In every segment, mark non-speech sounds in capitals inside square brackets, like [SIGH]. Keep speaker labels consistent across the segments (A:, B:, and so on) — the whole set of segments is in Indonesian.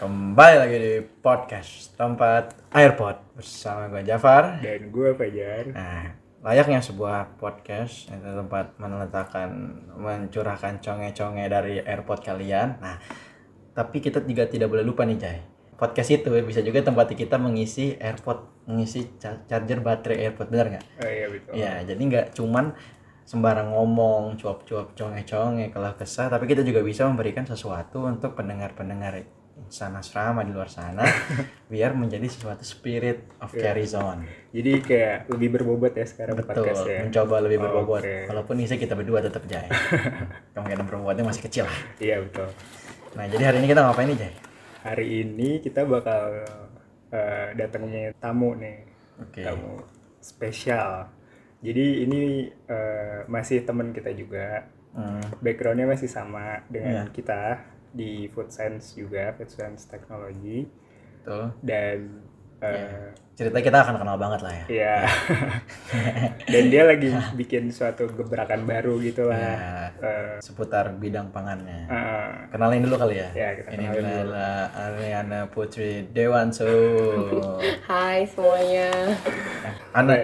A: Kembali lagi di podcast tempat AirPod bersama gue Jafar.
B: dan gue Fajar
A: [LAUGHS] Nah, layaknya sebuah podcast itu tempat meletakkan mencurahkan conge-conge dari AirPod kalian. Nah, tapi kita juga tidak boleh lupa nih, Jay. Podcast itu bisa juga tempat kita mengisi AirPod, mengisi ca- charger baterai AirPod, benar nggak?
B: oh iya betul
A: Ya, jadi nggak cuman sembarang ngomong, cuap-cuap, conge-conge, kelah kesah, tapi kita juga bisa memberikan sesuatu untuk pendengar-pendengar insan asrama di luar
B: [LAUGHS]
A: sana, biar menjadi sesuatu spirit of
B: Iya.
A: carry zone.
B: jadi kayak lebih berbobot ya sekarang
A: Betul,
B: podcast ya
A: mencoba lebih berbobot.
B: Oke.
A: Walaupun isi kita berdua tetap
B: [LAUGHS]
A: jaya. Kemungkinan berbobotnya masih kecil. lah.
B: iya betul
A: Nah, jadi hari ini kita ngapain nih, Jay?
B: hari ini kita bakal eh, datangnya tamu nih
A: Oke.
B: tamu spesial jadi ini eh, masih teman kita juga
A: Hmm,
B: backgroundnya masih sama dengan kita di food science juga food science technology
A: betul.
B: dan eh,
A: Cerita kita akan kenal banget lah ya.
B: ya [LAUGHS] dan dia lagi bikin suatu gebrakan baru gitu
A: Ya,
B: lah Eh,
A: seputar bidang pangannya.
B: eh,
A: Kenalin dulu kali ya.
B: Ya, kita
A: Ini
B: kenalin dulu.
A: adalah Ariana Putri
B: [LAUGHS]
A: Dewanso.
C: Hai semuanya.
A: Anda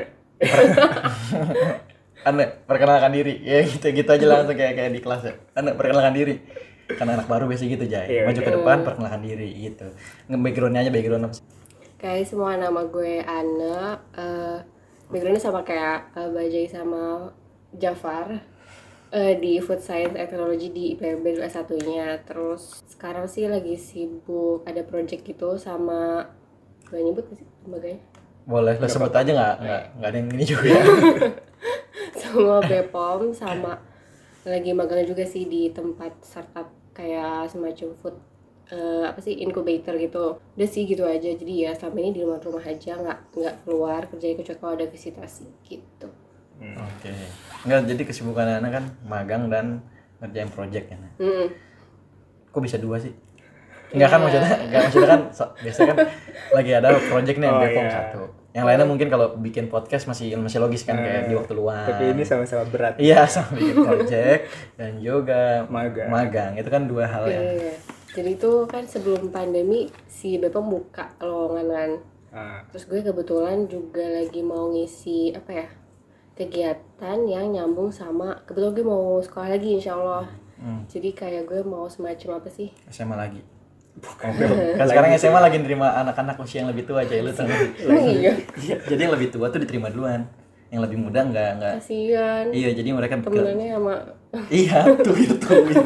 A: Anda perkenalkan diri. Ya gitu gitu aja langsung kayak kayak di kelas ya. Anda perkenalkan diri. Karena anak baru biasa gitu, Jay.
B: Iya,
A: Maju ke depan, perkenalkan diri gitu. Nge-background-nya aja background apa sih?
C: Guys, semua nama gue Ana. Eh backgroundnya sama kayak eh, Bajai sama Jafar Eh, di Food Science and Technology di IPB dua satunya. Terus sekarang sih lagi sibuk ada project gitu sama gue nyebut gak sih lembaganya
A: Boleh lo sebut aja nggak? Nggak nggak ada yang ini
B: [LAUGHS]
A: juga.
C: sama Bepom sama lagi magang juga sih di tempat startup kayak semacam food eh, apa sih incubator gitu udah sih gitu aja jadi ya selama ini di rumah rumah aja nggak nggak keluar kerja kecuali kalau ada visitasi gitu
B: Hmm.
A: Oke. Nggak, jadi kesibukan Anda kan magang dan ngerjain project ya. Nah.
C: Mm-mm.
A: kok bisa dua sih?
B: Iya.
A: Enggak kan maksudnya, enggak maksudnya kan so- biasanya kan lagi ada project nih yang
B: Oh,
A: Bepom
B: iya.
A: satu. Yang lainnya mungkin kalau bikin podcast masih masih logis kan kayak di waktu luang.
B: Iya. tapi ini sama-sama berat
A: Iya, [LAUGHS] sama bikin project dan juga
B: Magang.
A: magang. Itu kan dua hal yang
C: Iya. jadi itu kan sebelum pandemi si Bepom buka lowongan kan
B: Ah,
C: terus gue kebetulan juga lagi mau ngisi apa ya kegiatan yang nyambung sama kebetulan gue mau sekolah lagi insya Allah jadi kayak gue mau semacam apa sih
B: Iya.
A: SMA lagi.
B: [LAUGHS]
A: Kan sekarang SMA lagi nerima anak-anak usia yang lebih tua aja lu tau [LAUGHS] nggak?
C: Emang iya
A: Iya, Jadi yang lebih tua tuh diterima duluan. Yang lebih muda enggak enggak.
C: kasihan
A: Iya, jadi mereka
C: temenannya sama
A: Iya, [LAUGHS] tuh itu.
B: [LAUGHS]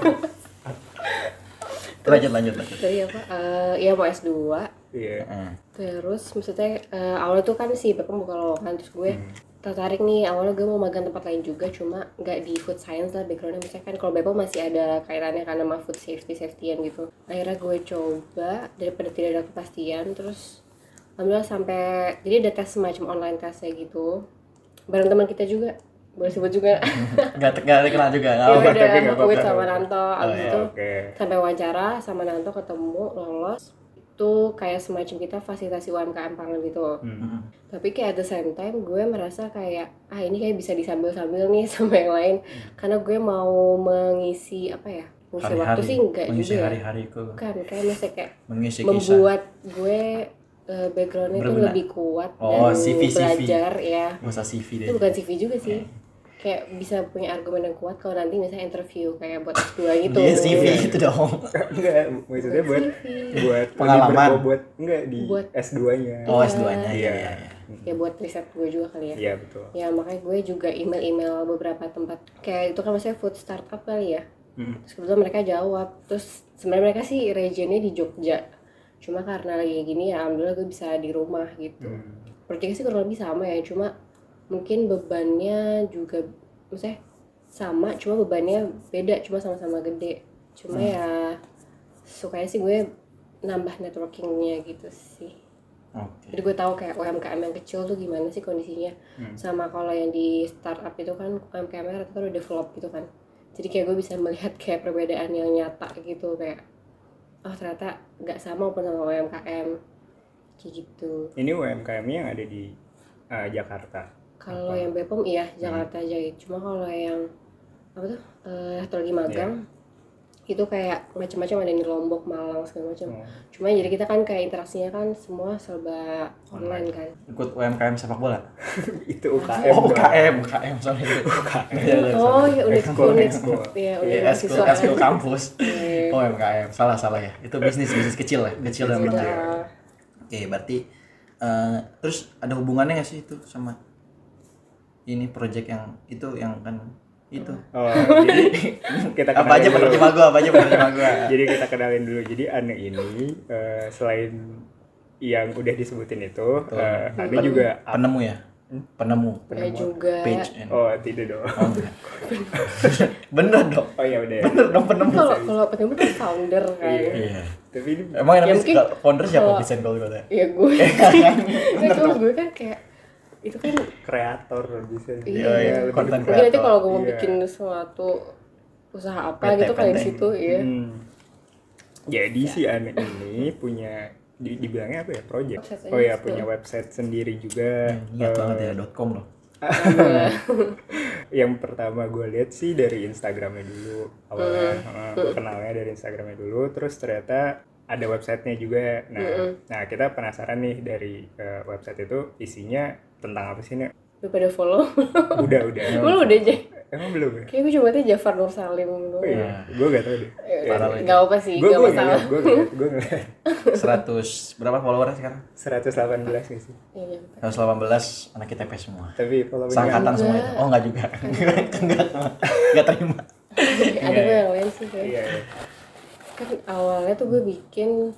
A: Lanjut lanjut lanjut.
C: dari apa Eh, ya mau S2
B: iya
A: Heeh.
C: terus maksudnya eh, awalnya tuh kan si Bapak buka lowongan terus gue
B: Hmm.
A: Hmm.
C: tertarik nih awalnya gue mau magang tempat lain juga cuma nggak di food science lah backgroundnya misalnya kan kalau Bapak masih ada kaitannya karena sama food safety safetyan gitu akhirnya gue coba daripada tidak ada kepastian terus alhamdulillah sampai jadi ada tes semacam online tesnya gitu bareng teman kita juga boleh sebut juga
A: Nggak nggak dikenal juga. Oh, nggak apa-apa. [LAUGHS]
C: ya [LAUGHS] udah
B: tapi nggak
C: Wit
B: apa-apa.
C: sama Nanto abis
A: iya,
C: itu
B: oke
C: sampai wawancara sama Nanto ketemu lolos itu kayak semacam kita fasilitasi UMKM pangan gitu
B: Hmm.
C: tapi kayak at the same time gue merasa kayak ah ini kayak bisa disambil-sambil nih [LAUGHS] sama yang lain karena gue mau mengisi apa ya mengisi waktu sih enggak
A: mengisi
C: juga ya
A: hari-hariku
C: bukan kayak masih kayak
A: mengisi kisah
C: membuat gue eh, backgroundnya tuh
A: Berguna.
C: lebih kuat
A: Oh,
C: dan
A: CV. Iya,
C: belajar ya
A: masa CV
C: itu
A: deh
C: bukan CV juga sih kayak bisa punya argumen yang kuat kalau nanti misalnya interview kayak buat S2 gitu
A: dia Iya, CV itu dong
B: [LAUGHS] enggak maksudnya buat
A: [LAUGHS]
C: Iya,
B: buat lebih
A: Pengalaman.
B: berbobot enggak di
C: Buat-
B: S2 nya
A: oh S2 nya iya
B: Iya.
A: iya iya.
C: ya buat riset gue juga kali ya
B: iya betul
C: ya makanya gue juga email-email beberapa tempat kayak itu kan maksudnya food startup kali ya
B: Hmm.
C: terus kebetulan mereka jawab terus sebenarnya mereka sih regionnya di Jogja cuma karena lagi gini ya alhamdulillah gue bisa di rumah gitu
B: Hmm.
C: proyeknya sih kurang lebih sama ya cuma mungkin bebannya juga maksudnya sama cuma bebannya beda cuma sama-sama gede cuma
B: Hmm.
C: ya sukanya sih gue nambah networkingnya gitu sih
A: oke
C: jadi gue tahu kayak UMKM yang kecil tuh gimana sih kondisinya
B: Hmm.
C: sama kalau yang di startup itu kan UMKM nya rata-rata udah develop gitu kan jadi kayak gue bisa melihat [LAUGHS] kayak perbedaan yang nyata gitu kayak oh ternyata nggak sama pun sama UMKM kayak gitu
B: ini UMKM nya yang ada di eh, Jakarta Apa?
C: Kalau
B: Hmm.
C: yang Bepom
B: Iya.
C: iya Jakarta aja gitu. Cuma kalau yang apa tuh eh, satu lagi magang itu kayak macam-macam ada yang di Lombok, Malang segala macam.
B: Oh. [LAUGHS]
C: Cuma jadi kita kan kayak interaksinya kan semua serba online kan.
A: Ikut UMKM sepak bola.
B: itu UKM
A: Oh,
B: doang.
A: UKM, UKM
C: [LAUGHS]
A: sorry. UKM.
C: Oh ya udah
B: Ekskul,
C: school
B: ekskul.
C: Iya, udah
A: Iya, eskul,
C: mahasiswa.
A: eskul kampus.
C: Iya.
A: Oh, UMKM. Salah, salah ya. Itu bisnis, bisnis kecil ya. Kecil dan
C: Udah.
A: menengah. Oke,
C: iya.
A: berarti eh, terus ada hubungannya nggak sih itu sama ini project yang itu yang kan itu
B: Oh, jadi
A: [LAUGHS]
B: kita
A: apa aja
B: kenalin dulu.
A: penerjemah gua apa aja penerjemah [LAUGHS] gua
B: Jadi kita kenalin dulu. Jadi Ane ini eh, selain yang udah disebutin itu, eh, Ane
A: Gitu. Pen-
B: juga up-
A: penemu ya penemu
C: Udah Iya juga.
A: page and
B: Oh, tidak dong.
A: oh, enggak. [LAUGHS] bener dong
B: Oh ya udah. ya.
A: bener dong penemu
C: Kalau kalau penemu kan founder kan.
B: Iya.
A: iya
B: Tapi ini
A: emang yang
C: Ya,
A: namanya
C: mungkin
A: kalau founder siapa
C: kalau-
A: Vincent kalau gue
C: Ya gue. Nah, cuma gue kan kayak itu kan
B: kreator bisa.
C: Iya,
A: iya.
B: lebih-
A: Konten
C: mungkin nanti
A: kreator.
C: kalau gue mau
B: Iya.
C: bikin suatu usaha apa
A: PT,
C: gitu kayak di
A: PT.
C: situ ya.
B: Hmm. Jadi
A: Iya.
B: si Ane ini punya di- dibilangnya apa ya project?
C: Website aja
B: Oh ya
C: gitu.
B: punya website sendiri juga.
A: ingat
B: Eh,
A: banget ya dot com loh
B: yang pertama gue lihat sih dari Instagramnya dulu awalnya Heeh, gua kenalnya dari Instagramnya dulu terus ternyata ada websitenya juga nah nah kita penasaran nih dari eh, website itu isinya tentang apa sih nih
C: Lu pada follow.
B: udah udah
C: Gue udah aja.
B: emang belum ya
C: Kayak gue cuma tuh Jafar Nur Salim gitu. doang.
B: Iya. gue gak tau deh
A: Parah lu itu.
C: Gak apa sih,
B: gue
C: gak
B: gue
C: Eh, masalah.
B: gue gue
A: 100 berapa followernya sekarang
B: seratus delapan belas sih
C: Iya, nyampe.
A: 118 anak kita semua
B: tapi kalau
A: Sangkatan semua itu. Oh enggak juga. [LAUGHS] Enggak. Enggak terima.
C: Iya. Ada gue yang lain sih kayak.
B: iya iya.
C: Kan awalnya tuh gue bikin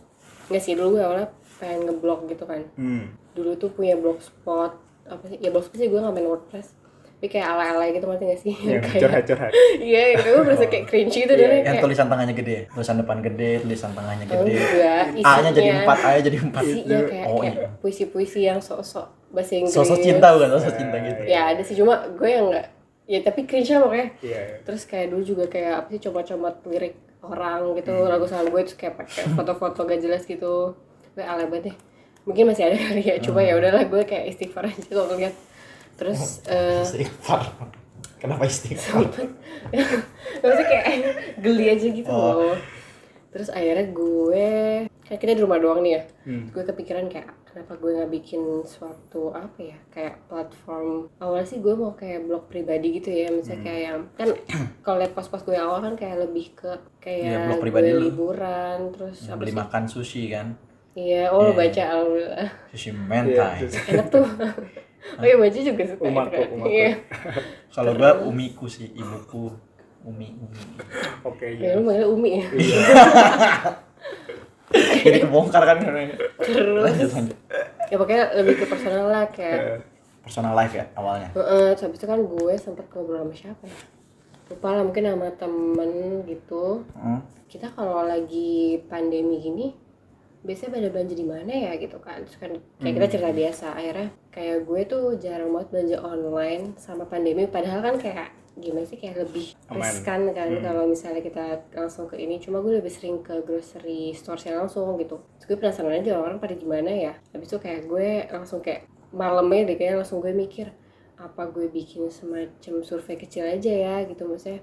C: nggak sih dulu gue awalnya pengen ngeblog gitu kan.
B: hmm
C: Dulu tuh punya blogspot apa sih? Ya blogspot sih gue nggak main WordPress. Tapi kayak ala-ala gitu ngerti gak sih?
A: Iya,
B: yang
C: [LAUGHS] kayak
B: curhat curhat
C: Iya, yang gue berasa
A: Oh.
C: kayak cringe gitu
B: Iya,
C: dan
A: Yang
C: kayak oh,
A: tulisan tangannya gede. Tulisan depan gede, tulisan tengahnya gede.
C: enggak isinya.
A: A-nya jadi 4, A-nya jadi 4.
C: Isinya kayak
A: Oh,
C: kayak
A: iya.
C: puisi-puisi yang sok-sok bahasa Inggris.
A: Sosok cinta bukan sosok cinta gitu.
C: Ya ada sih cuma gue yang nggak ya tapi cringe lah pokoknya.
B: iya
C: terus kayak dulu juga kayak apa sih coba-coba lirik orang gitu
A: Hmm.
C: lagu sama gue terus kayak pakai foto-foto gak jelas gitu gue alay banget deh mungkin masih ada kali ya
A: Hmm.
C: cuma ya udahlah gue kayak istighfar aja kalau ngeliat terus
A: Oh,
C: eh
A: Istighfar. Kenapa istighfar?
C: maksudnya kayak geli aja gitu
A: Oh.
C: loh terus akhirnya gue kan kita di rumah doang nih ya
B: Hmm.
C: gue kepikiran kayak kenapa gue nggak bikin suatu apa ya kayak platform awalnya sih gue mau kayak blog pribadi gitu ya misalnya
A: Hmm.
C: kayak yang kan kalau lihat pos-pos gue awal kan kayak lebih ke
A: Iya,
C: kayak
A: blog pribadi
C: gue
A: lu.
C: liburan terus
A: Ya,
C: apa
A: Beli
C: sih
A: makan sushi kan.
C: iya oh lo
A: Iya.
C: baca alhamdulillah
A: Sushi
B: Iya,
A: mentai.
B: terus-
C: enak
A: [LAUGHS]
C: tuh oh iya baca juga suka gitu
B: Umaku,
C: kan.
B: umaku.
C: iya
A: Kalau gua umiku sih, ibuku. Umi, umi.
B: oke
C: ya
B: iya
C: lu manggil umi
A: [LAUGHS]
C: ya [LAUGHS]
A: Jadi kebongkar kan. Lanjut,
C: terus
A: lanjut.
C: ya pokoknya lebih ke personal lah kayak
B: Eh,
A: Personal life ya awalnya.
C: Heeh, terus habis itu kan gue sempet ngobrol sama siapa ya? Lupa lah mungkin sama temen gitu.
A: Hmm.
C: Kita kalau lagi pandemi gini, biasanya pada belanja di mana ya gitu kan? Terus kan kayak kita cerita biasa. Akhirnya kayak gue tuh jarang banget belanja online sama pandemi. Padahal kan kayak gimana sih kayak lebih
B: Aman.
C: riskan kan kalau misalnya kita langsung ke ini cuma gue lebih sering ke grocery store yang langsung gitu terus gue penasaran aja orang-orang pada gimana ya habis itu kayak gue langsung kayak malamnya deh kayaknya langsung gue mikir apa gue bikin semacam survei kecil aja ya gitu maksudnya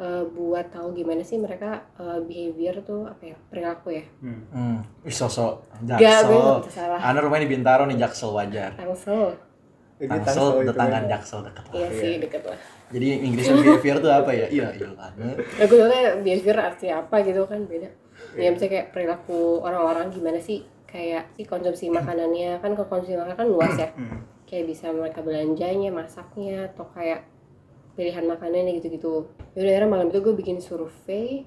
C: eh, buat tahu gimana sih mereka eh, behavior tuh apa ya perilaku ya
B: hmm.
A: Hmm. Ih, sosok
C: Gak, gue
A: Jaksel.
C: nggak salah.
A: Anda rumahnya di Bintaro nih Jaksel wajar.
C: Tangsel
B: Jadi tangsel
A: Tangsel,
B: itu
A: tangan
B: kan.
A: Jaksel deket lah.
C: iya sih deket lah
A: Jadi Inggrisnya behavior tuh apa ya? Iya, iya.
C: nah, gue tahu behavior arti apa gitu kan beda
B: Iya.
C: ya misalnya kayak perilaku orang-orang gimana sih kayak si konsumsi makanannya kan kalau konsumsi makanan kan luas ya
B: Hmm.
C: kayak bisa mereka belanjanya masaknya atau kayak pilihan makanannya gitu-gitu yaudah akhirnya malam itu gue bikin survei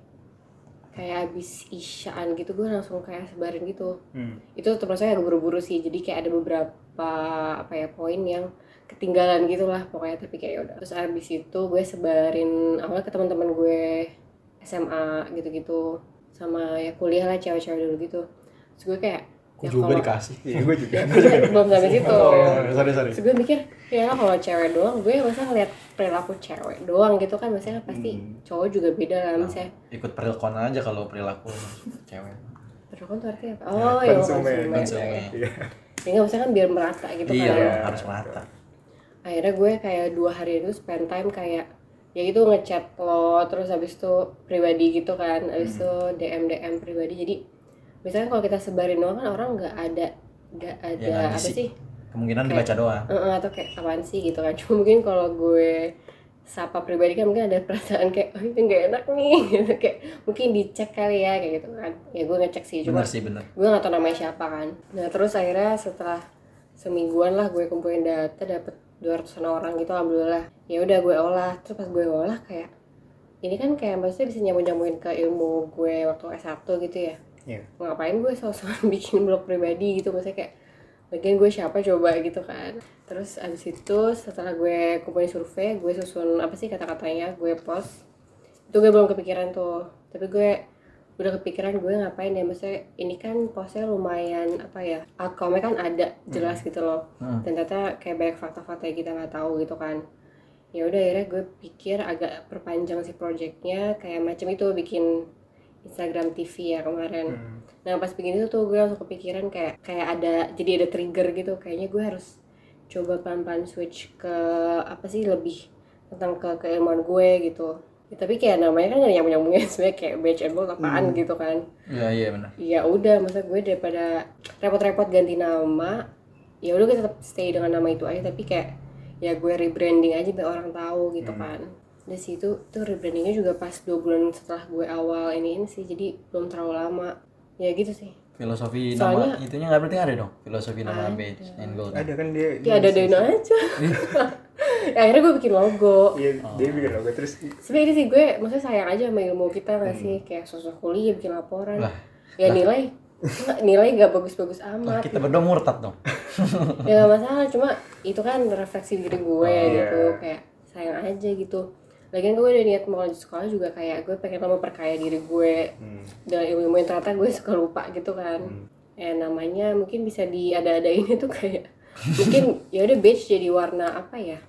C: kayak abis isyaan gitu gue langsung kayak sebarin gitu
B: Hmm.
C: itu termasuk agak buru-buru sih jadi kayak ada beberapa apa ya poin yang ketinggalan gitulah pokoknya tapi kayak yaudah terus abis itu gue sebarin awalnya ke teman-teman gue SMA gitu-gitu sama ya kuliah lah cewek-cewek dulu gitu terus gue kayak
A: Aku juga
C: Ya, kalau- [LAUGHS] gitu.
A: dikasih. Oh,
B: Iya, gue juga.
C: belum
A: [LAUGHS]
C: sampai situ
A: sorry, sorry.
C: Terus gue mikir, ya lah kalau cewek doang, gue masa ngeliat perilaku cewek doang gitu kan Maksudnya pasti cowok juga beda
A: Ah.
C: lah misalnya
A: Ikut perlakuan aja kalau perilaku cewek. Kan
C: Perlakuan tuh artinya apa? Oh iya
B: konsumen.
A: Konsumen.
B: Iya.
C: Ya nggak, maksudnya kan biar merata gitu
A: Iya,
C: kan
A: harus merata.
C: Akhirnya gue kayak dua hari itu spend time kayak ya itu ngechat lo terus habis itu pribadi gitu kan habis itu DM DM pribadi jadi misalnya kalau kita sebarin doang kan orang nggak ada Ya, nggak ada
A: nggak
C: apa
A: ngisi.
C: sih
A: Kemungkinan
C: Kayak-
A: dibaca doang.
C: Eh, eh, atau kayak apaan sih gitu kan [LAUGHS] cuma mungkin kalau gue sapa pribadi kan mungkin ada [LAUGHS] perasaan kayak oh itu nggak enak nih [LAUGHS] gitu kayak mungkin dicek kali ya kayak gitu kan ya gue ngecek sih cuma
A: Bener sih bener.
C: gue nggak tahu namanya siapa kan nah terus akhirnya setelah semingguan lah gue kumpulin data dapet 200 orang gitu alhamdulillah ya udah gue olah terus pas gue olah kayak ini kan kayak maksudnya bisa nyambung nyambungin ke ilmu gue waktu S1 gitu ya
B: Iya.
C: ngapain gue sosokan [LAUGHS] bikin blog pribadi gitu maksudnya kayak bagian gue siapa coba gitu kan terus abis itu setelah gue kumpulin survei gue susun apa sih kata-katanya gue post itu gue belum kepikiran tuh tapi gue udah kepikiran gue ngapain ya maksudnya ini kan postnya lumayan apa ya outcome kan ada jelas gitu loh
A: Hmm.
C: dan ternyata kayak banyak fakta-fakta yang kita nggak tahu gitu kan ya udah akhirnya gue pikir agak perpanjang si projectnya kayak macam itu bikin Instagram TV ya kemarin
B: Hmm.
C: Nah pas bikin itu tuh gue langsung kepikiran kayak kayak ada jadi ada trigger gitu kayaknya gue harus coba pelan-pelan switch ke apa sih lebih tentang ke keilmuan gue gitu. Ya, tapi kayak namanya kan nggak nyambung-nyambungnya [LAUGHS] sebenarnya kayak batch and bold apaan gitu kan.
A: Iya iya bener.
C: Ya udah masa gue daripada repot-repot ganti nama ya udah gue tetap stay dengan nama itu aja tapi kayak ya gue rebranding aja biar orang tahu
A: Hmm.
C: gitu kan. Dari situ tuh rebrandingnya juga pas dua bulan setelah gue awal ini sih jadi belum terlalu lama ya gitu sih
A: Filosofi nama
C: Soalnya-
A: itunya nggak berarti ada dong. Filosofi nama Beige and Gold.
B: Ada kan dia.
C: ya
A: Iya,
C: ada Dino
A: [LAUGHS]
C: aja ya, akhirnya gue bikin logo
B: Iya, dia bikin logo terus
C: sebenarnya ini sih gue maksudnya sayang aja sama ilmu kita nggak sih kayak sosok kuliah bikin laporan
A: Hmm. Lah.
C: ya nilai [LAUGHS] nilai gak bagus-bagus
A: Lah, oh,
C: amat gitu.
A: kita berdua murtad dong.
C: ya gak masalah cuma itu kan refleksi diri gue
A: Oh,
C: gitu
A: iya.
C: kayak sayang aja gitu lagian gue udah niat mau lanjut sekolah juga kayak gue pengen lama perkaya diri gue
B: Hmm.
C: dengan ilmu-ilmu yang ternyata gue suka lupa gitu kan
A: Hmm.
C: eh namanya mungkin bisa diada-adain itu kayak mungkin [LAUGHS] ya udah beige jadi warna apa ya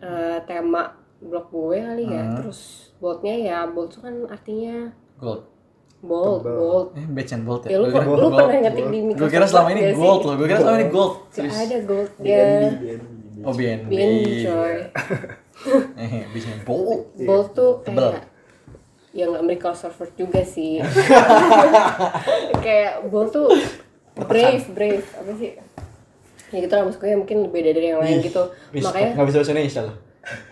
C: Eh, tema blog gue kali ya
A: Hmm.
C: terus boldnya ya bold tuh kan artinya
A: Gold.
C: bold
B: Tebal.
C: bold
A: Eh Beige and Bold ya.
C: ya lu,
A: Gua kira
C: lu
A: gold.
C: pernah ngetik di Microsoft
A: Gue kira selama ini
C: nggak ya sih?
A: gold loh. Gue kira selama ini gold.
C: Nggak
A: Serius.
C: ada gold ya
B: BNB, BNB.
A: Oh BNB.
C: BNB coy
A: Eh Beige and Bold.
C: bold tuh
A: Tebal.
C: kayak ya nggak Microsoft Word juga
A: [LAUGHS]
C: sih kayak bold tuh brave brave apa sih ya gitu lah maksud gue mungkin beda dari yang lain gitu makanya
A: nggak bisa bahasa Indonesia loh.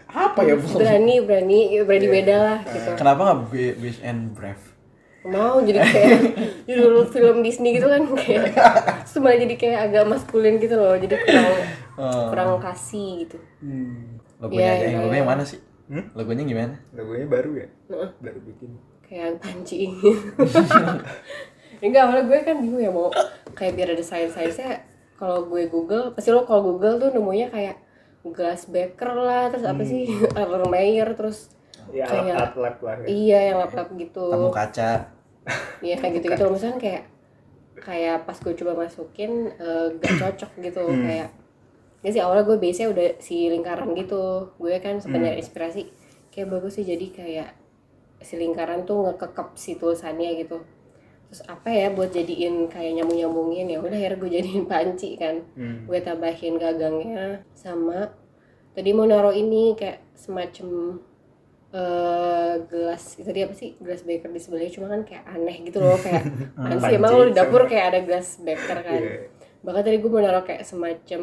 A: Apa ya Iya. Bold?
C: berani berani ya berani beda lah gitu
A: Kenapa nggak Be- Beige and Brave?
C: mau
A: [LAUGHS]
C: jadi kayak judul film Disney gitu kan kayak terus malah jadi kayak agak maskulin gitu loh jadi kurang
A: Eh,
C: kurang kasih gitu
B: Hmm.
A: Logonya
C: Iya,
A: aja.
C: iya,
A: Yang logonya
C: iya.
A: mana sih?
B: Hmm?
A: Logonya gimana?
B: Logonya baru ya?
C: Heeh.
B: Baru bikin.
C: kayak panci [LAUGHS] enggak malah gue kan bingung ya mau kayak biar ada sains sainsnya kalau gue google pasti lo kalau google tuh nemunya kayak glass baker lah terus apa sih [LAUGHS] Erlenmeyer terus
B: Ya
C: Kayak-
B: alat lab lah. ya.
C: iya yang lap-lap gitu
A: Tamu kaca.
C: Iya kayak gitu-gitu loh misalnya kayak kayak pas gue coba masukin eh, gak cocok gitu kayak ya sih awalnya gue base udah si lingkaran gitu gue kan sebenarnya inspirasi kayak bagus sih jadi kayak si lingkaran tuh ngekekep si tulisannya gitu terus apa ya buat jadiin kayak nyambung nyambungin ya udah akhirnya gue jadiin panci kan
B: Hmm.
C: gue tambahin gagangnya sama tadi mau naro ini kayak semacam eh gelas itu tadi apa sih gelas baker di sebelahnya cuma kan kayak aneh gitu loh kayak
B: [LAUGHS]
C: kan sih emang
B: Panci
C: lo di dapur
B: sama.
C: kayak ada gelas baker kan
B: Iya.
C: bahkan tadi gue mau naro kayak semacam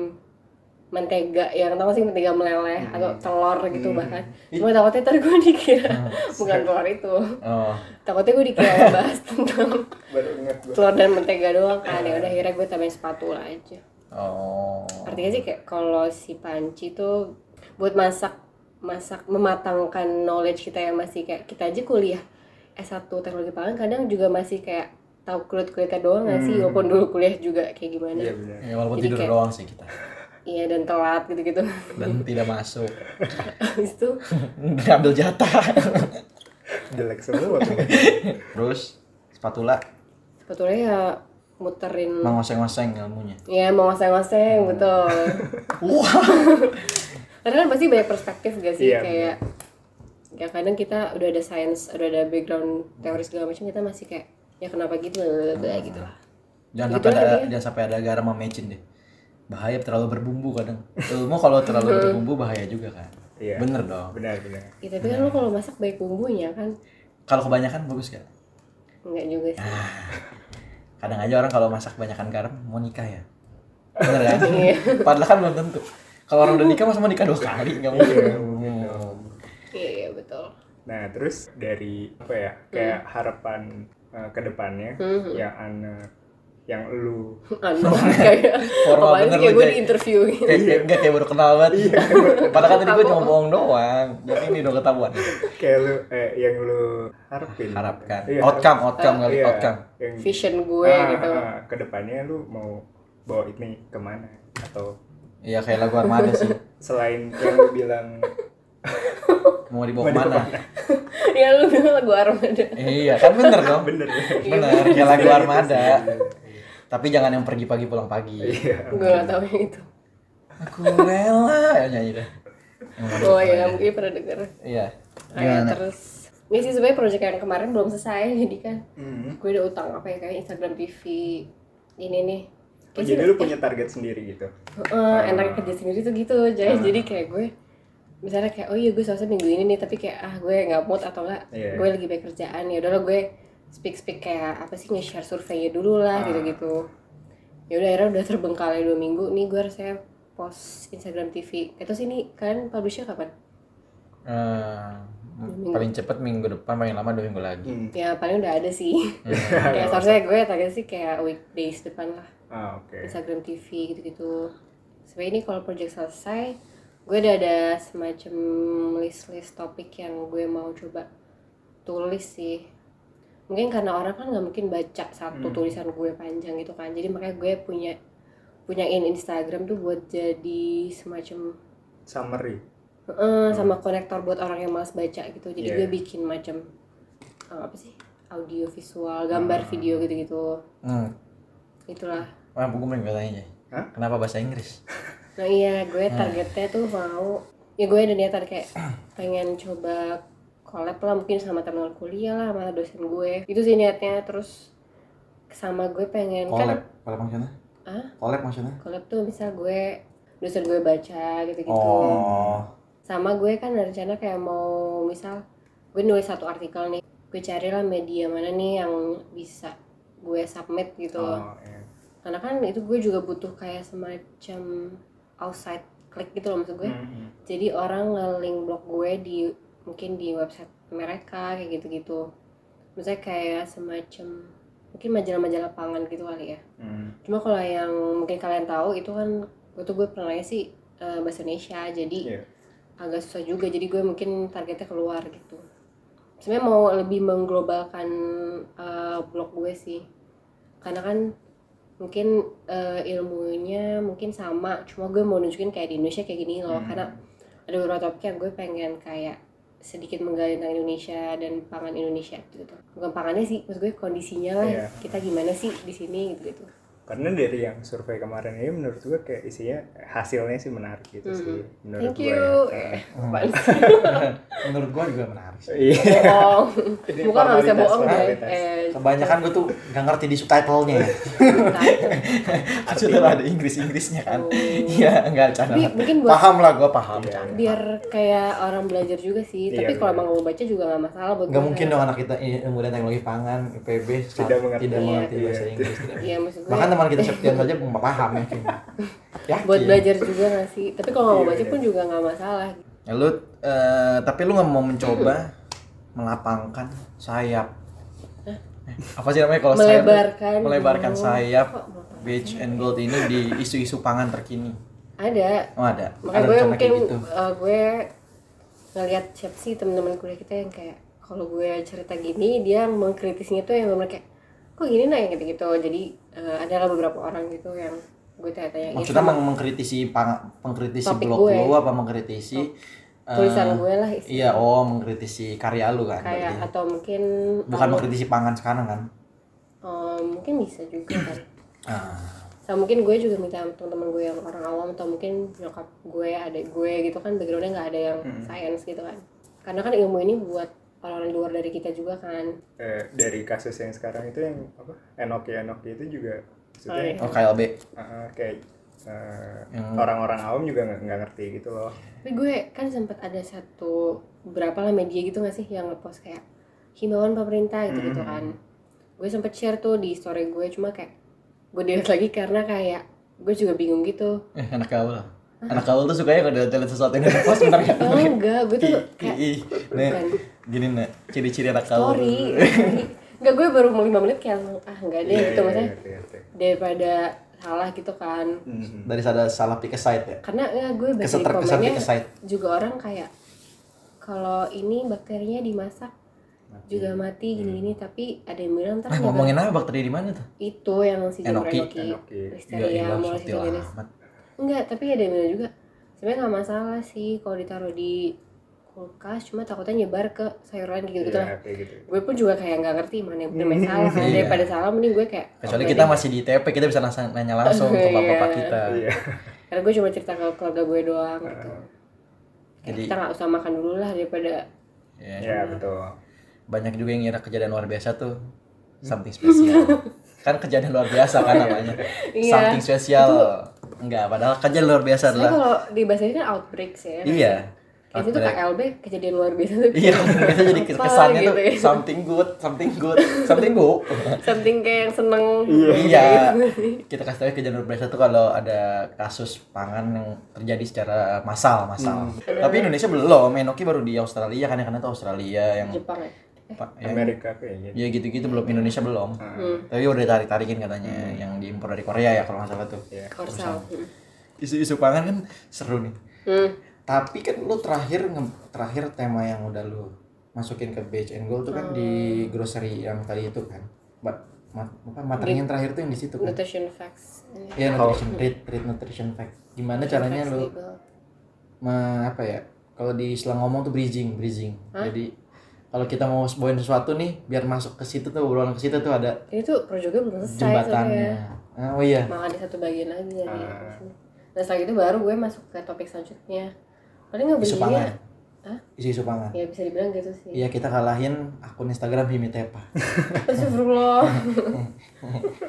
C: mentega yang tau gak sih mentega meleleh
B: Hmm.
C: atau telur gitu bahkan cuma takutnya ntar gue [LAUGHS] dikira
A: Hmm.
C: bukan telur itu
A: Oh.
C: takutnya gue dikira bahas
B: [LAUGHS]
C: tentang
B: [LAUGHS] Baru ingat gue.
C: telur dan mentega doang kan ya udah akhirnya gue tambahin spatula aja
A: Oh.
C: artinya sih kayak kalau si panci tuh buat masak masak mematangkan knowledge kita yang masih kayak kita aja kuliah S1 teknologi pangan kadang juga masih kayak tahu kulit-kulitnya doang nggak sih walaupun dulu kuliah juga kayak
B: Hmm.
C: gimana
B: Iya benar.
A: Ya, walaupun
C: Jadi
A: tidur
C: kayak-
A: doang sih kita
C: iya dan telat gitu-gitu [LAUGHS]
A: dan tidak masuk [LAUGHS]
C: habis itu
A: ngambil [LAUGHS] jatah
B: Jelek semua tuh.
A: terus spatula
C: sebetulnya ya muterin
A: mengoseng-oseng ilmunya
C: ya mau
B: Hmm.
C: ngoseng-ngoseng
B: [LAUGHS]
C: betul
A: wah
C: karena kan pasti banyak perspektif gak sih
B: Iya,
C: kayak ya kadang kita udah ada sains udah ada background teori segala macam kita masih kayak ya kenapa gitu blablabla gitu lah
A: jangan
C: Gitu
A: sampai ada
C: aja.
A: jangan sampai ada garam sama mecin deh bahaya terlalu berbumbu kadang ilmu kalau terlalu berbumbu bahaya juga kan
B: Iya.
A: Bener dong.
B: Benar, benar.
C: Ya, tapi kan lu kalau masak baik bumbunya kan
A: Kalau kebanyakan bagus gak?
C: enggak juga sih
A: Kadang aja orang kalau masak kebanyakan garam mau nikah ya. Bener kan?
C: [LAUGHS] Iya.
A: Padahal kan belum tentu. Kalau orang udah nikah masa mau nikah dua kali nggak mungkin.
B: Iya, mungkin dong.
C: iya iya betul
B: Nah, terus dari apa ya? Kayak
C: Hmm.
B: harapan eh, ke depannya
C: Mhm.
B: yang anak yang lu
C: anu kayak
A: Formal bener
C: apaan sih, kayak
A: lu,
C: gue
A: Jay.
C: di interview gitu
A: Kayak kayak- nggak kayak Iya. baru kenal Iya. banget. [LAUGHS] Padahal kan tadi gue cuma bohong doang. Jadi ini udah ketahuan.
B: kayak lu eh, yang lu harapin.
A: Harapkan.
B: Iya,
A: Outcome, outcome kali,
B: iya,
A: outcome.
B: Yang
C: vision gue
B: Ah,
C: gitu
B: ah, ah. kedepannya lu mau bawa ini kemana atau
A: Iya kayak lagu Armada sih.
B: selain yang lu bilang
A: Mau dibawa kemana?
C: ya lu bilang lagu armada
A: Iya kan bener dong.
B: bener Iya.
A: Bener, kayak lagu Armada. Tapi jangan yang pergi pagi pulang pagi.
B: iya
C: gue gak tau yang itu
A: Aku rela ya nyanyi deh. Yang mau
C: oh
A: dibawa
C: iya
A: kemana.
C: mungkin pernah denger
A: Iya.
C: Kayak
A: Gimana?
C: terus Nggak sih sebenarnya project yang kemarin belum selesai jadi kan
B: Hmm.
C: gue udah utang apa ya kayak Instagram TV ini nih
B: Oh,
C: Kayak
B: jadi
C: sih-
B: lu punya target sendiri gitu
C: Heeh, Eh, enaknya kerja sendiri tuh gitu
B: Ah.
C: jadi jadi kayak gue misalnya kayak oh iya gue selesai minggu ini nih tapi kayak ah gue nggak mood atau enggak
B: Iya.
C: gue lagi banyak kerjaan ya udahlah gue speak speak kayak apa sih nge-share surveinya dulu lah
B: Ah.
C: gitu gitu ya udah akhirnya udah terbengkalai dua minggu nih gue harusnya post Instagram TV itu sih nih kalian publishnya kapan
A: Eh, paling cepat minggu depan, paling lama dua minggu lagi.
B: Hmm.
C: ya paling udah ada sih
A: Iya.
C: ya seharusnya gue target sih kayak weekdays depan lah
B: Ah, oke
C: Instagram TV gitu-gitu. Sebenarnya ini kalau project selesai, gue udah ada semacam list-list topik yang gue mau coba tulis sih. Mungkin karena orang kan nggak mungkin baca satu tulisan gue panjang gitu kan. Jadi makanya gue punya punyain Instagram tuh buat jadi semacam
B: summary
C: eh, sama konektor buat orang yang malas baca gitu. Jadi
B: Iya.
C: gue bikin macam eh, apa sih? audio visual, gambar, video gitu-gitu.
A: Hmm.
C: Itulah
A: Wah, gue mau tanya aja.
B: Hah?
A: Kenapa bahasa Inggris?
C: Nah iya, gue
A: Hmm.
C: targetnya tuh mau ya gue ada niatan
A: [CLEARS THROAT]
C: kayak pengen coba collab lah mungkin sama teman kuliah lah sama dosen gue itu sih niatnya terus sama gue pengen
A: Collab,
C: kan
A: collab maksudnya?
C: Hah?
A: Collab maksudnya?
C: collab tuh misal gue dosen gue baca gitu-gitu
A: Oh.
C: sama gue kan ada rencana kayak mau misal gue nulis satu artikel nih gue carilah media mana nih yang bisa gue submit gitu
B: oh iya.
C: karena kan itu gue juga butuh kayak semacam outside click gitu loh maksud gue
B: Hmm.
C: jadi orang nge-link blog gue di mungkin di website mereka kayak gitu-gitu misalnya kayak semacam mungkin majalah-majalah pangan gitu kali ya
B: Hmm.
C: cuma kalau yang mungkin kalian tahu itu kan itu gue pernah sih eh, bahasa Indonesia jadi
B: Iya.
C: agak susah juga jadi gue mungkin targetnya keluar gitu sebenarnya mau lebih mengglobalkan eh, blog gue sih karena kan mungkin eh, ilmunya mungkin sama cuma gue mau nunjukin kayak di Indonesia kayak gini loh
B: Hmm.
C: karena ada beberapa topik yang gue pengen kayak sedikit menggali tentang Indonesia dan pangan Indonesia gitu bukan pangannya sih maksud gue kondisinya lah
B: Iya.
C: kita gimana sih di sini gitu gitu
B: karena dari yang survei kemarin ini menurut gue kayak isinya hasilnya sih menarik gitu
C: Hmm.
B: sih menurut
C: thank
B: gue
C: you
B: ya.
C: Eh,
A: Hmm.
C: apaan sih?
A: [LAUGHS] Menurut gue juga menarik. sih. [LAUGHS]
B: iya
C: bohong
B: Ini
C: muka nggak bisa
B: formalitas,
C: bohong deh
B: Iya. formalitas.
C: eh, [LAUGHS]
A: Kebanyakan gitu. gue tuh gak ngerti di subtitlenya. Sudah ada Inggris-Inggrisnya kan.
C: Oh.
A: Iya, enggak
C: tapi
A: canda.
C: mungkin buat
A: Paham lah, gue paham.
B: Iya.
A: Canda.
C: biar kayak orang belajar juga sih
B: Iya,
C: tapi kalau
B: iya.
C: emang mau baca juga nggak masalah buat
A: Nggak
C: gue
A: mungkin
C: kayak-
A: dong anak kita i- ilmu dan teknologi pangan IPB saat-
B: Tidak mengerti.
A: tidak
C: Iya.
A: mengerti
B: Iya.
A: bahasa Inggris. tidak
C: iya maksud gue
A: Bahkan teman iya. kita Septian saja nggak paham ya. cuma. Yakin.
C: buat belajar juga nggak sih tapi kalau nggak mau
B: Iya,
C: baca
B: iya.
C: pun juga nggak masalah
A: Ya, lu, eh, tapi lu nggak mau mencoba melapangkan sayap. Eh, Apa sih namanya kalau sayap?
C: Melebarkan.
A: Melebarkan
C: Oh.
A: sayap
C: Kok melebarkan
A: beach and gold ini di isu-isu pangan terkini.
C: ada
A: Oh ada.
C: makanya
A: ada
C: gue
A: rencana
C: mungkin
A: kayak gitu.
C: eh, gue ngeliat siapa sih teman-teman kuliah kita yang kayak kalau gue cerita gini dia mengkritisinya tuh yang bener kayak kok gini nah yang gitu-gitu jadi eh, ada lah beberapa orang gitu yang gue tanya-tanya
A: Maksudnya meng- mengkritisi pang, mengkritisi
C: Topik
A: blog
C: gue.
A: lu apa mengkritisi eh,
C: tulisan gue lah
A: Iya, oh mengkritisi karya lu kan.
C: kayak
A: berarti.
C: atau mungkin
A: Bukan
C: kalau-
A: mengkritisi pangan sekarang kan.
C: Eh, mungkin bisa juga kan
A: Ah,
C: sama mungkin gue juga minta sama teman-teman gue yang orang awam atau mungkin nyokap gue adik gue gitu kan backgroundnya nggak ada yang
A: Hmm.
C: science gitu kan karena kan ilmu ini buat orang-orang luar dari kita juga kan
B: Eh, dari kasus
C: Oh, iya.
B: yang sekarang itu yang apa enok enok itu juga maksudnya
A: oh KLB.
B: Uh, kayak eh,
A: Yang-
B: orang-orang awam juga nggak nggak ngerti gitu loh
C: Tapi gue kan sempat ada satu berapa lah media gitu gak sih yang ngepost kayak himbauan pemerintah gitu gitu
B: Hmm.
C: kan. Gue sempet share tuh di story gue cuma kayak gue delete lagi karena kayak gue juga bingung gitu.
A: [LAUGHS] Eh, anak awal. Anak awal tuh sukanya kalau lihat sesuatu yang ada post bentar ya. [LAUGHS]
C: Oh enggak, gue tuh kayak
A: Ih, Nih, gini nih, ciri-ciri anak awal.
C: story. [LAUGHS] story. enggak gue baru mau 5 menit kayak langsung, ah enggak deh
B: Iya,
C: gitu
B: iya,
C: maksudnya
B: ngerti, ngerti.
C: daripada salah gitu kan.
B: Mhm.
A: Dari ada salah pick a side ya.
C: Karena ya, gue baca di
A: Keseter kesan
C: komennya
A: pick a side.
C: juga orang kayak kalau ini bakterinya dimasak
B: Nah,
C: juga
B: hmm.
C: mati gini-gini tapi ada yang bilang ntar
A: Hmm. Ah,
C: nyebar
A: ngomongin apa bakteri di mana tuh?
C: itu yang si jamur
A: Enoki.
C: enoki,
B: Enoki.
A: Ya
C: listeria
A: ilah,
C: mulai
A: sutil
C: jenis
A: amat.
C: enggak tapi ada yang bilang juga sebenarnya nggak masalah sih kalau ditaruh di kulkas cuma takutnya nyebar ke sayuran gitu
B: Iya,
C: gitu lah
B: kayak gitu
C: gue pun juga kayak nggak ngerti mana yang benar mana yang salah kan
A: Iya.
C: daripada salah mending gue kayak
A: Kecuali
C: oke
A: kita
C: deh.
A: masih di TP, kita bisa langsung nanya langsung ke
C: Iya.
A: bapak-bapak kita.
B: iya
C: karena gue cuma cerita ke keluarga gue doang gitu Kayak
A: Jadi-
C: kita nggak usah makan dulu lah daripada
A: Ya,
B: [LAUGHS] Iya, betul
A: Banyak juga yang ngira kejadian luar biasa tuh something spesial.
C: [LAUGHS]
A: kan kejadian luar biasa kan namanya.
C: Iya.
A: Something spesial. Enggak, padahal kejadian luar biasa adalah
C: soalnya kalau di bahasa Inggris kan outbreak sih ya
A: iya.
C: Kayak itu tuh
A: Outbreak.
C: KLB kejadian luar biasa tuh
A: Iya, itu jadi
C: Apa
A: kesannya tuh
C: gitu ya.
A: something good, something good, something
C: [LAUGHS]
A: good.
C: something kayak yang seneng [LAUGHS]
A: iya. Kita kasih tahu kejadian luar biasa tuh kalau ada kasus pangan yang terjadi secara massal, massal.
C: Hmm.
A: Tapi Indonesia belum, Enoki baru di Australia kan yang kena tuh Australia yang
C: Jepang ya
A: Pak, yang-
B: Amerika gitu. kayaknya
A: ya gitu-gitu belum Indonesia belum. Tapi udah tarik-tarikin katanya yang diimpor dari Korea ya kalau nggak salah tuh.
B: Iya.
C: Korsel Hmm.
A: Isu-isu pangan kan seru nih.
C: Hmm.
A: Tapi kan lu terakhir nge- terakhir tema yang udah lu masukin ke Beach and Gold tuh kan di grocery yang tadi itu kan. Ba- ma- apa materinya yang terakhir tuh yang di situ kan.
C: nutrition facts ini.
A: Ya nutrition treat, treat nutrition fact. Gimana caranya
C: Facts
A: lu
C: label.
A: me- apa ya? Kalau di istilah ngomong tuh bridging, bridging. Jadi kalau kita mau bawain sesuatu nih biar masuk ke situ tuh obrolan ke situ tuh ada
C: ini tuh projectnya belum selesai
A: jembatannya.
C: soalnya
A: Ah, oh iya.
C: malah ada satu bagian lagi dari sini. nah setelah itu baru gue masuk ke topik selanjutnya paling nggak
A: Isu pangan.
C: belinya Iya. Hah?
A: Isu-isu pangan.
C: ya bisa dibilang gitu sih
A: Iya kita kalahin akun Instagram Himi Tepa.
C: [LAUGHS]
A: [LAUGHS]
C: Astagfirullah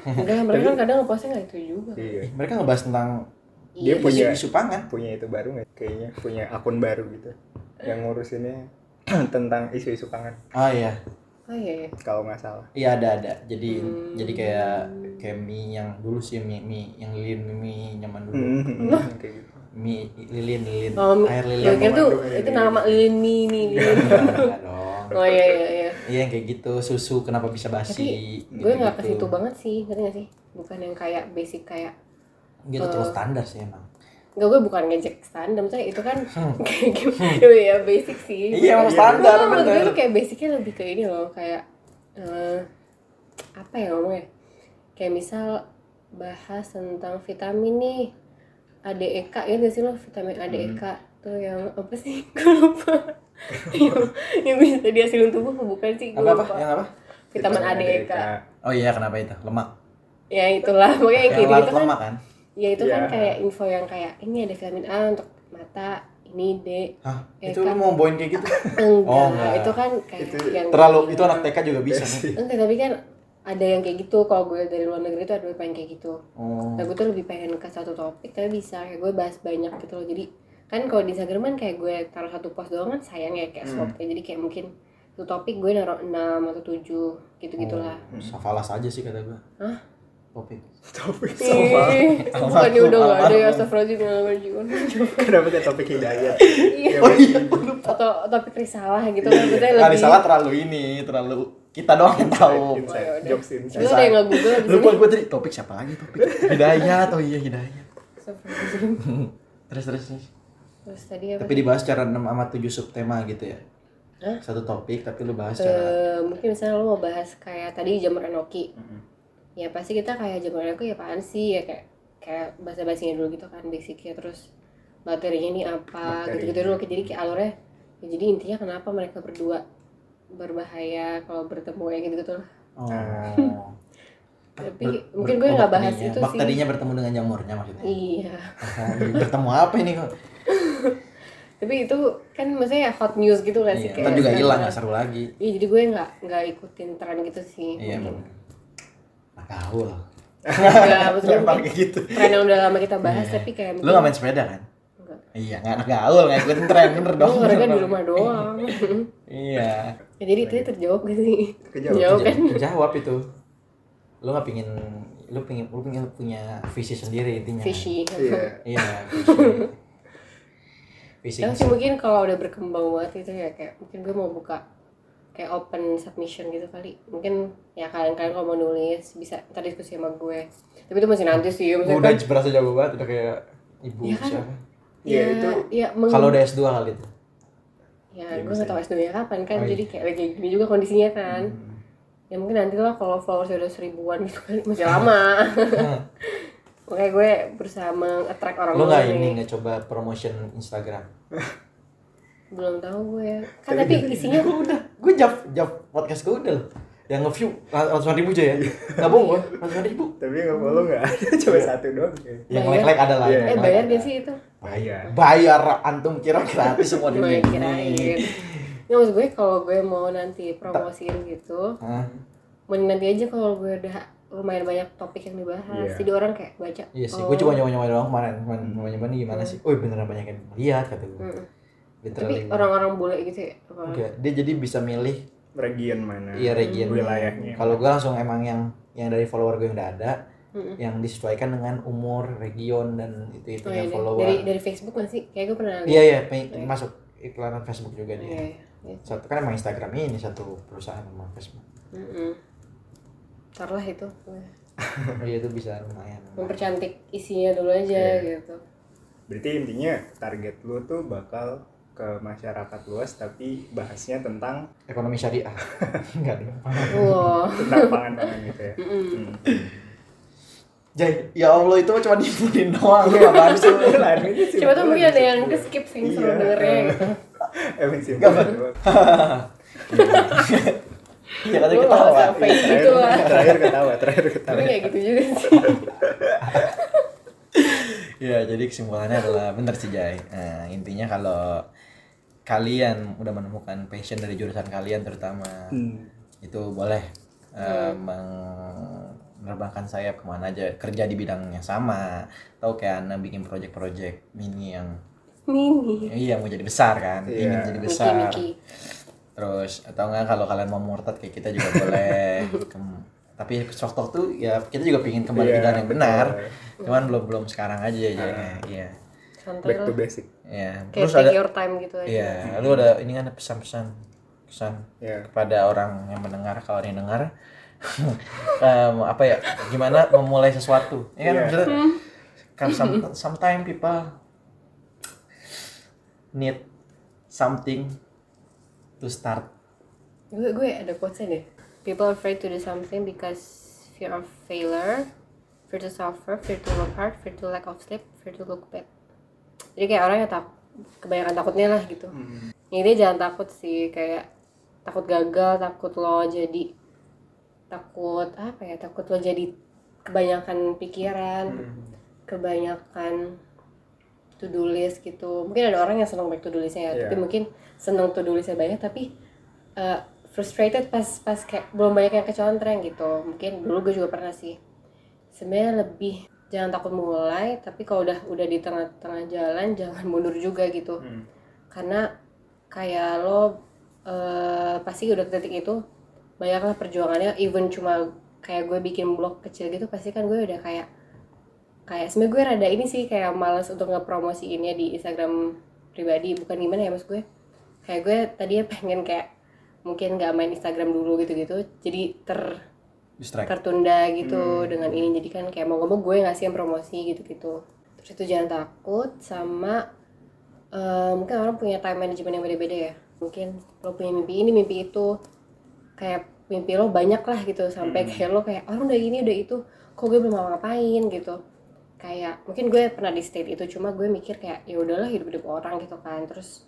C: Enggak, mereka kan kadang ngepostnya nggak itu juga
B: Iya.
A: Eh, mereka ngebahas tentang
B: Dia
C: Iya.
B: punya
A: isu-isu pangan.
B: punya itu baru nggak? Kayaknya punya akun baru gitu yang ngurusinnya [CLEARS THROAT] tentang isu-isu pangan
A: Oh iya,
C: oh iya iya
B: kalau nggak salah.
A: iya ada ada. Jadi
C: Hmm.
A: jadi kayak kayak mie yang dulu sih mie, mie yang lilin mie nyaman dulu.
B: Mhm, Kayak gitu.
A: Mie lilin lilin
C: Oh,
A: air
C: gue
A: lilin.
C: kira tuh
B: Iya,
C: itu
B: iya.
C: nama lilin mini
A: Enggak, enggak dong.
C: oh iya iya iya
A: Iya yang kayak gitu susu kenapa bisa basi?
C: gue
A: gitu-gitu.
C: nggak ke situ banget sih ngerti nggak sih bukan yang kayak basic kayak
A: Gitu
C: Eh.
A: terlalu standar sih emang.
C: Enggak, gue bukan ngejek standar, maksudnya itu kan kayak gitu ya basic sih.
A: Hmm. Iya, emang standar,
C: Enggak, menurut gue
A: bener.
C: tuh kayak basicnya lebih ke ini loh, kayak eh, apa ya ngomongnya? Kayak misal bahas tentang vitamin nih, ADEK ya gak sih lo
A: Hmm.
C: vitamin ADEK tuh yang apa sih? [LAUGHS] Gue lupa. yang, yang bisa dihasilin tubuh bukan sih? Gue
A: Apa apa
C: lupa.
A: yang apa?
C: Vitamin ADEK.
A: Oh iya kenapa itu lemak?
C: Ya itulah, pokoknya yang kayak
A: Yang larut
C: gitu kan.
A: lemak kan?
C: Ya itu kan
B: Ya.
C: kayak info yang kayak ini ada vitamin A untuk mata, ini D.
A: Hah?
C: Eh,
A: Itu lu
C: kan.
A: mau bawain kayak gitu?
C: Enggak,
A: Oh, enggak.
C: itu kan kayak
B: Itu
C: yang
A: Terlalu itu
C: gitu.
A: anak TK juga bisa.
C: [LAUGHS]
A: kan?
C: Enggak, tapi kan ada yang kayak gitu kalau gue dari luar negeri tuh ada yang pengen kayak gitu.
A: Oh.
C: Nah, gue tuh lebih pengen ke satu topik tapi bisa kayak gue bahas banyak gitu loh. Jadi kan kalau di Instagram kan kayak gue taruh satu post doang kan sayang ya kayak
B: Hmm.
C: swap ya. Jadi kayak mungkin satu topik gue naruh 6 atau 7 gitu-gitulah.
A: Oh, Safalas aja sih kata gua.
C: Hah?
A: Topik.
B: Topik sama.
C: Ih, bukannya Iya. udah gak ada ya astagfirullahaladzim yang namanya jiwa.
B: [LAUGHS] Kenapa kayak topik hidayat?
C: Iya.
B: Oh iya.
C: Atau topik risalah gitu kan maksudnya lebih.
A: Kali salah terlalu ini, terlalu kita doang yang
C: [LAUGHS]
A: tahu.
B: Inside,
C: Oh, yaudah.
B: jokes
C: Lu
B: inside.
C: ada yang nggak google abis
A: Lupa
C: ini?
A: gue tadi topik siapa lagi topik Hidayat oh iya Hidayat.
C: Astagfirullahaladzim.
A: Terus terus. terus.
C: Terus tadi apa?
A: Tapi dibahas secara 6 sama 7 subtema gitu ya.
C: Hah?
A: Satu topik tapi lu bahas secara
C: Eh, mungkin misalnya lo mau bahas kayak tadi jamur enoki ya pasti kita kayak jamur enoki ya apaan sih ya kayak kayak bahasa bahasanya dulu gitu kan basicnya terus materinya ini apa
B: Bakteri.
C: gitu gitu dulu Oke, jadi kayak alurnya ya, jadi intinya kenapa mereka berdua berbahaya kalau bertemu ya gitu gitu lah
A: Oh.
C: Tapi mungkin gue nggak bahas itu sih.
A: Bakterinya bertemu dengan jamurnya maksudnya.
C: iya
A: Oh, iya. [LAUGHS] bertemu apa ini kok?
C: tapi itu kan maksudnya hot news gitu kan
A: Iya,
C: sih
A: ntar juga
C: sekarang-
A: hilang
C: [LAUGHS]
A: nggak seru lagi.
C: Iya jadi gue nggak nggak ikutin tren gitu sih
A: Iya.
C: mungkin.
A: Nah, gaul.
C: Enggak,
A: [LAUGHS]
C: maksudnya
A: Lempar kayak gitu.
C: tren yang udah lama kita bahas
A: Iya.
C: tapi kayak
A: Lu nggak main sepeda kan?
C: Enggak.
A: Iya, nggak anak gaul, nggak ikutin
C: [LAUGHS]
A: tren bener
C: Gue
A: dong.
C: olahraga di rumah doang.
A: Iya.
C: ya, jadi itu terjawab gak sih?
B: Kejauh.
C: Jauh kan?
A: Jawab itu. Lu nggak pingin, lu pingin, lu pingin punya visi sendiri intinya.
C: Fishy.
B: Iya.
A: Ya, Iya. visi. Visi.
C: Ya sih mungkin kalau udah berkembang banget itu ya kayak mungkin gue mau buka kayak open submission gitu kali. Mungkin ya kalian-kalian kalau mau nulis bisa ntar diskusi sama gue. Tapi itu masih nanti sih. ya,
A: Gua
C: Maksudnya
A: udah
C: kan,
A: berasa jago banget, udah kayak ibu
C: Iya kan?
A: siapa.
B: Iya,
C: ya,
B: itu
C: ya, meng-
A: Kalau udah S2 kali
C: [LAUGHS]
A: itu.
C: ya
B: Iya,
C: gue
B: bisa.
C: gak tau S2 nya kapan kan.
A: Oh, iya. Hmm.
C: Jadi kayak lagi gini juga kondisinya kan. Ya mungkin nanti lah kalau followers udah seribuan gitu kan masih
A: [LAUGHS]
C: lama. Makanya gue berusaha meng-attract orang
A: Lu nggak
C: baru
A: ini
C: nih.
A: nggak coba promotion Instagram?
C: Belum tahu gue. Kan
B: Tapi
C: tapi
A: [LAUGHS]
C: isinya
A: gue udah gue jawab jawab podcast gue udah loh yang nge-view ra- ratusan ribu aja ya nggak bohong gue ratusan ribu
B: Tapi nggak follow nggak ada,
C: Iya.
B: cuma satu doang. ya.
A: yang
C: Bayar.
A: like like ada lah
B: Iya.
A: yang
C: eh
A: like-like
C: bayar
A: ada.
C: gak sih itu?
B: Bayar.
A: bayar antum kira gratis semua di
C: gue
A: dunia [LAUGHS] ini
C: kirain ya maksud gue kalau gue mau nanti promosiin gitu
A: Hah?
C: mending nanti aja kalau gue udah lumayan banyak topik yang dibahas
B: Iya.
C: jadi orang kayak baca
A: iya sih
C: oh,
A: gue cuma nyoba nyoba doang kemarin cuman nyoba nyoba nih gimana sih oh beneran banyak yang lihat kata gue
C: Mm-mm.
A: literally
C: Hmm. tapi orang-orang bule gitu ya orang-
A: Enggak, dia jadi bisa milih
B: Region mana?
A: iya region
B: Wilayahnya.
A: kalau gue langsung emang yang yang dari follower gue yang udah ada
C: Mm-mm.
A: yang disesuaikan dengan umur region dan itu itu
C: Oh,
A: yang
C: iya,
A: follower
C: dari dari Facebook gak sih kayak gue pernah
A: Iya
C: lihat.
A: iya pe-
C: Iya.
A: masuk iklanan Facebook juga
C: Iya,
A: dia.
C: iya. Iya.
A: Satu kan emang Instagram ini satu perusahaan sama Facebook.
C: Mm-mm. Ntar lah itu
A: [LAUGHS] Iya itu bisa lumayan.
C: mempercantik isinya dulu aja
A: Iya.
C: gitu
B: Berarti intinya target lu tuh bakal ke masyarakat luas tapi bahasnya tentang
A: Ekonomi syariah. [LAUGHS] Enggak dong.
C: wow
A: ya.
B: tentang pangan-pangan gitu ya.
C: Mm-mm.
B: Hmm.
A: Jadi ya Allah itu mah cuma diinfoin doang lu apaan sih lu?
B: Lain itu sih.
C: Coba tuh mungkin ada yang ke skip sih seru
B: Iya.
C: dengernya gitu.
B: [LAUGHS] Emang simpel banget.
A: Ya kata
C: Gua
A: kita
C: nggak usah
A: awal.
C: fake gitu lah
B: Terakhir ketawa, terakhir
C: tapi
B: ketawa.
C: kayak gitu juga sih
A: Iya. Ya jadi kesimpulannya adalah bener sih Jai. Nah, intinya kalau kalian udah menemukan passion dari jurusan kalian terutama
B: Hmm.
A: itu boleh eh, menerbangkan sayap kemana aja kerja di bidangnya sama atau kayak anak bikin project-project mini yang
C: mini
A: iya mau jadi besar kan ingin
B: Iya.
A: jadi
C: Miki,
A: besar
C: Miki.
A: terus atau enggak kalau kalian mau murtad kayak kita juga boleh Kem- tapi stok tuh ya kita juga pingin kembali ke
B: Iya,
A: jalan yang benar
B: betul. Ah.
A: cuman belum belum sekarang aja ya iya
C: Santai
B: Back
C: lah.
B: to basic.
A: iya
C: Kayak
A: terus
C: take
A: ada
C: your time gitu aja.
A: iya lu ada ini kan ada pesan-pesan pesan
B: Ya.
A: kepada orang yang mendengar kalau ada yang dengar [LAUGHS] em, apa ya gimana memulai sesuatu ya kan
B: Iya.
A: maksudnya
C: Hmm.
A: kan
C: [LAUGHS]
A: some- sometimes people need something to start
C: Gue gue ada quotesnya deh. People afraid to do something because fear of failure, fear to suffer, fear to work hard, fear to lack of sleep, fear to look bad. Jadi kayak orang yang tak kebanyakan takutnya lah gitu.
B: Hmm.
C: Ini dia jangan takut sih kayak takut gagal, takut lo jadi takut apa ya? Takut lo jadi kebanyakan pikiran, kebanyakan to do list gitu mungkin ada orang yang senang back to do listnya ya
B: Iya.
C: tapi mungkin senang to do listnya banyak tapi uh, frustrated pas pas kayak belum banyak yang kecontreng gitu mungkin dulu gue juga pernah sih sebenarnya lebih jangan takut mulai tapi kalau udah udah di tengah-tengah jalan [LAUGHS] jangan mundur juga gitu
B: Hmm.
C: karena kayak lo eh, pasti udah ke titik itu banyaklah perjuangannya even cuma kayak gue bikin blog kecil gitu pasti kan gue udah kayak kayak sebenarnya gue rada ini sih kayak males untuk ngepromosiinnya di Instagram pribadi bukan gimana ya mas gue kayak gue tadinya [LAUGHS] pengen kayak mungkin nggak main Instagram dulu gitu-gitu jadi ter
A: distract
C: tertunda gitu
B: Hmm.
C: dengan ini jadi kan kayak mau ngomong gue ngasih yang promosi gitu gitu terus itu jangan takut sama eh, mungkin orang punya time management yang beda-beda ya mungkin lo punya mimpi ini mimpi itu kayak mimpi lo banyak lah gitu sampai
B: Hmm.
C: kayak lo kayak orang udah ini udah itu kok gue belum mau ngapain gitu kayak mungkin gue pernah di state itu cuma gue mikir kayak ya udahlah hidup hidup orang gitu kan terus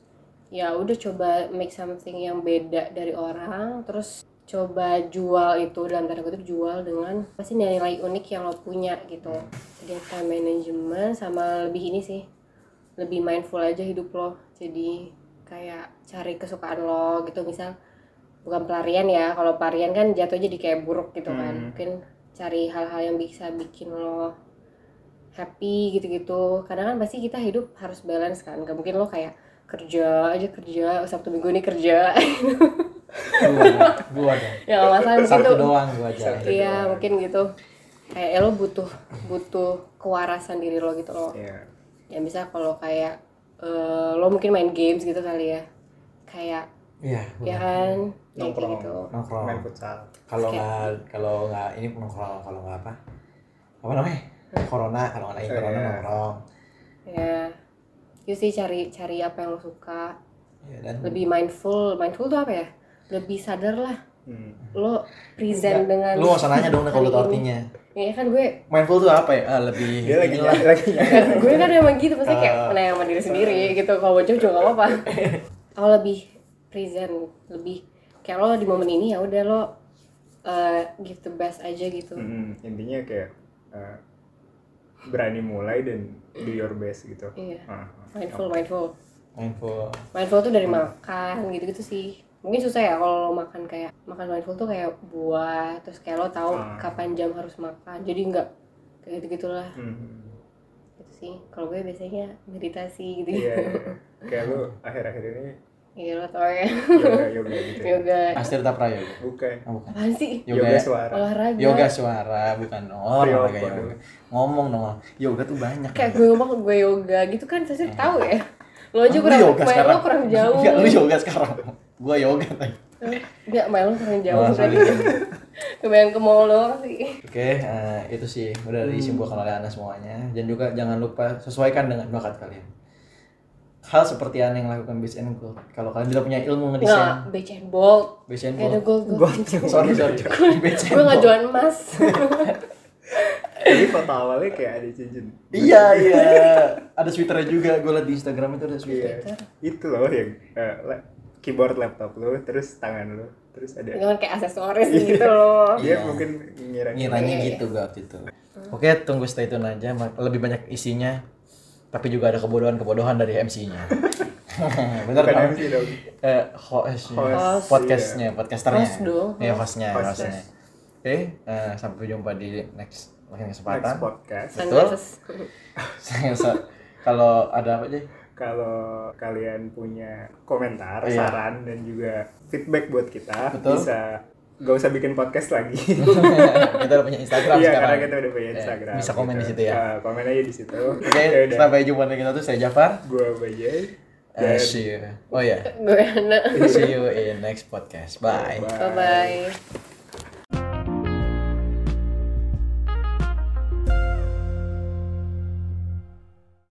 C: ya udah coba make something yang beda dari orang terus coba jual itu dalam tanda kutip jual dengan pasti nilai-nilai unik yang lo punya gitu jadi time management sama lebih ini sih lebih mindful aja hidup lo jadi kayak cari kesukaan lo gitu misal bukan pelarian ya kalau pelarian kan jatuh jadi kayak buruk gitu kan
B: Hmm.
C: mungkin cari hal-hal yang bisa bikin lo happy gitu-gitu kadang kan pasti kita hidup harus balance kan gak mungkin lo kayak kerja aja kerja sabtu minggu ini kerja [LAUGHS]
A: gua dong, gua dong.
C: ya alasan mungkin
A: Satu
C: tuh
A: doang gua aja.
B: Satu.
C: iya mungkin gitu kayak ya lo butuh butuh kewarasan diri lo gitu lo
B: Iya.
C: ya bisa kalau kayak eh, lo mungkin main games gitu kali ya kayak
A: Iya.
C: ya kan Ya, kayak
B: Nongkrong.
C: gitu
A: Nongkrong.
B: Main futsal.
A: Kalau
C: Oke.
A: nggak kalau nggak ini nongkrong kalau nggak apa apa namanya corona kalau nggak naik
B: Iya.
A: corona nongkrong.
C: ya you sih cari cari apa yang lo suka
A: Ya, dan
C: lebih mindful mindful tuh apa ya lebih sadar lah
B: Hmm.
C: lo present dengan
A: lu nggak usah nanya dong kalau lu tau
C: hari ini.
A: artinya.
C: ya kan gue
A: Mindful tuh apa ya? Ah, lebih
B: [LAUGHS] Dia lagi
A: inilah.
B: nyari, lagi
A: [LAUGHS]
B: nyari. [LAUGHS]
C: gue kan emang gitu maksudnya kayak
A: Ah.
C: menanya sama diri sendiri gitu kalau bocor juga gak apa-apa
A: [LAUGHS]
C: kalau lebih present lebih kayak lo di momen ini ya udah lo eh, give the best aja gitu
B: Hmm, Intinya kayak eh, berani mulai dan do your best gitu.
C: iya
B: Ah,
C: mindful mindful
A: Mindful.
C: mindful tuh dari
A: Hmm.
C: makan gitu gitu sih mungkin susah ya kalau lo makan kayak makan mindful tuh kayak buah terus kayak lo tahu
B: Ah.
C: kapan jam harus makan jadi nggak kayak gitu gitulah
B: Hmm.
C: gitu sih kalau gue biasanya meditasi gitu
B: Iya.
C: gitu
B: iya. Kayak lu akhir-akhir ini
C: iya lo tau
A: [LAUGHS]
C: ya
B: yoga yoga gitu. ya?
C: yoga
A: Astirta Prayoga.
B: Bukan.
A: Ah, bukan.
C: apaan sih
B: Yoga,
A: Yoga ya?
B: suara. ya,
C: olahraga
A: yoga suara bukan
B: Yoga.
A: olahraga yoga. Ngomong dong. orang. Yoga tuh banyak.
C: kayak gue ngomong gue yoga gitu kan pasti tahu ya lo
A: Ah.
C: aja
A: Lu
C: kurang
A: yoga
C: main
A: sekarang.
C: lo kurang jauh
A: [LAUGHS] Enggak, lu yoga sekarang. gua yoga tadi.
C: nggak main lo kurang jauh
A: Oh,
C: kan
A: sorry.
C: kebayang ke mall doang sih
A: Oke, eh, itu sih udah
C: Hmm.
A: disimpulkan oleh Anda semuanya. Dan juga jangan lupa sesuaikan dengan bakat kalian. Hal seperti yang yang lakukan Beach and Gold. Kalau kalian tidak punya ilmu
C: nggak
A: ngedesain,
C: beach and bold
A: Beach and
C: kayak ada
A: Gold.
C: gold gold
A: [LAUGHS] Sorry,
B: [LAUGHS]
A: sorry. Beach and
C: gue nggak
A: Gold.
C: jualan emas
B: Jadi foto awalnya kayak ada cincin.
A: Iya, iya. Ada sweaternya juga. Gue liat di Instagram itu ada
B: Iya.
A: sweater.
B: Itu loh yang eh, la- keyboard laptop lu, terus tangan lu, terus ada.
C: jangan kayak aksesoris gitu loh
A: Iya.
B: Dia mungkin ngira
A: Ngiranya
C: Iya, iya.
A: gitu gue waktu itu. Oke, tunggu stay tune aja. Ma- Lebih banyak isinya. Tapi juga ada kebodohan-kebodohan dari
B: [LAUGHS]
A: MC-nya. Bener
B: Bukan
A: dong?
B: MC dong.
A: Eh, host-nya.
B: Host, iya.
A: Podcastnya, podcasternya.
C: Host dong,
A: Iya, hostnya,
B: Host.
A: hostnya. Oke, eh, sampai jumpa di next lain
B: Next
A: kesempatan.
B: podcast.
C: Sunglasses.
A: [LAUGHS] Saya rasa kalau ada apa
B: [LAUGHS]
A: aja?
B: Kalau kalian punya komentar,
A: Iya.
B: saran, dan juga feedback buat kita,
A: Betul.
B: bisa gak usah bikin podcast
A: [LAUGHS]
B: lagi.
A: kita udah punya Instagram
B: Iya,
A: sekarang.
B: karena kita udah punya
A: Eh,
B: Instagram. ya
A: bisa komen di situ ya.
B: Ah, komen aja di situ.
A: Oke,
B: [LAUGHS]
A: sampai jumpa lagi kita tuh saya Jafar.
B: Gue Bajai.
A: Eh,
B: Dan-
C: [LAUGHS]
A: see you. Oh ya.
C: gue anak
A: See you in next podcast. Bye.
C: bye bye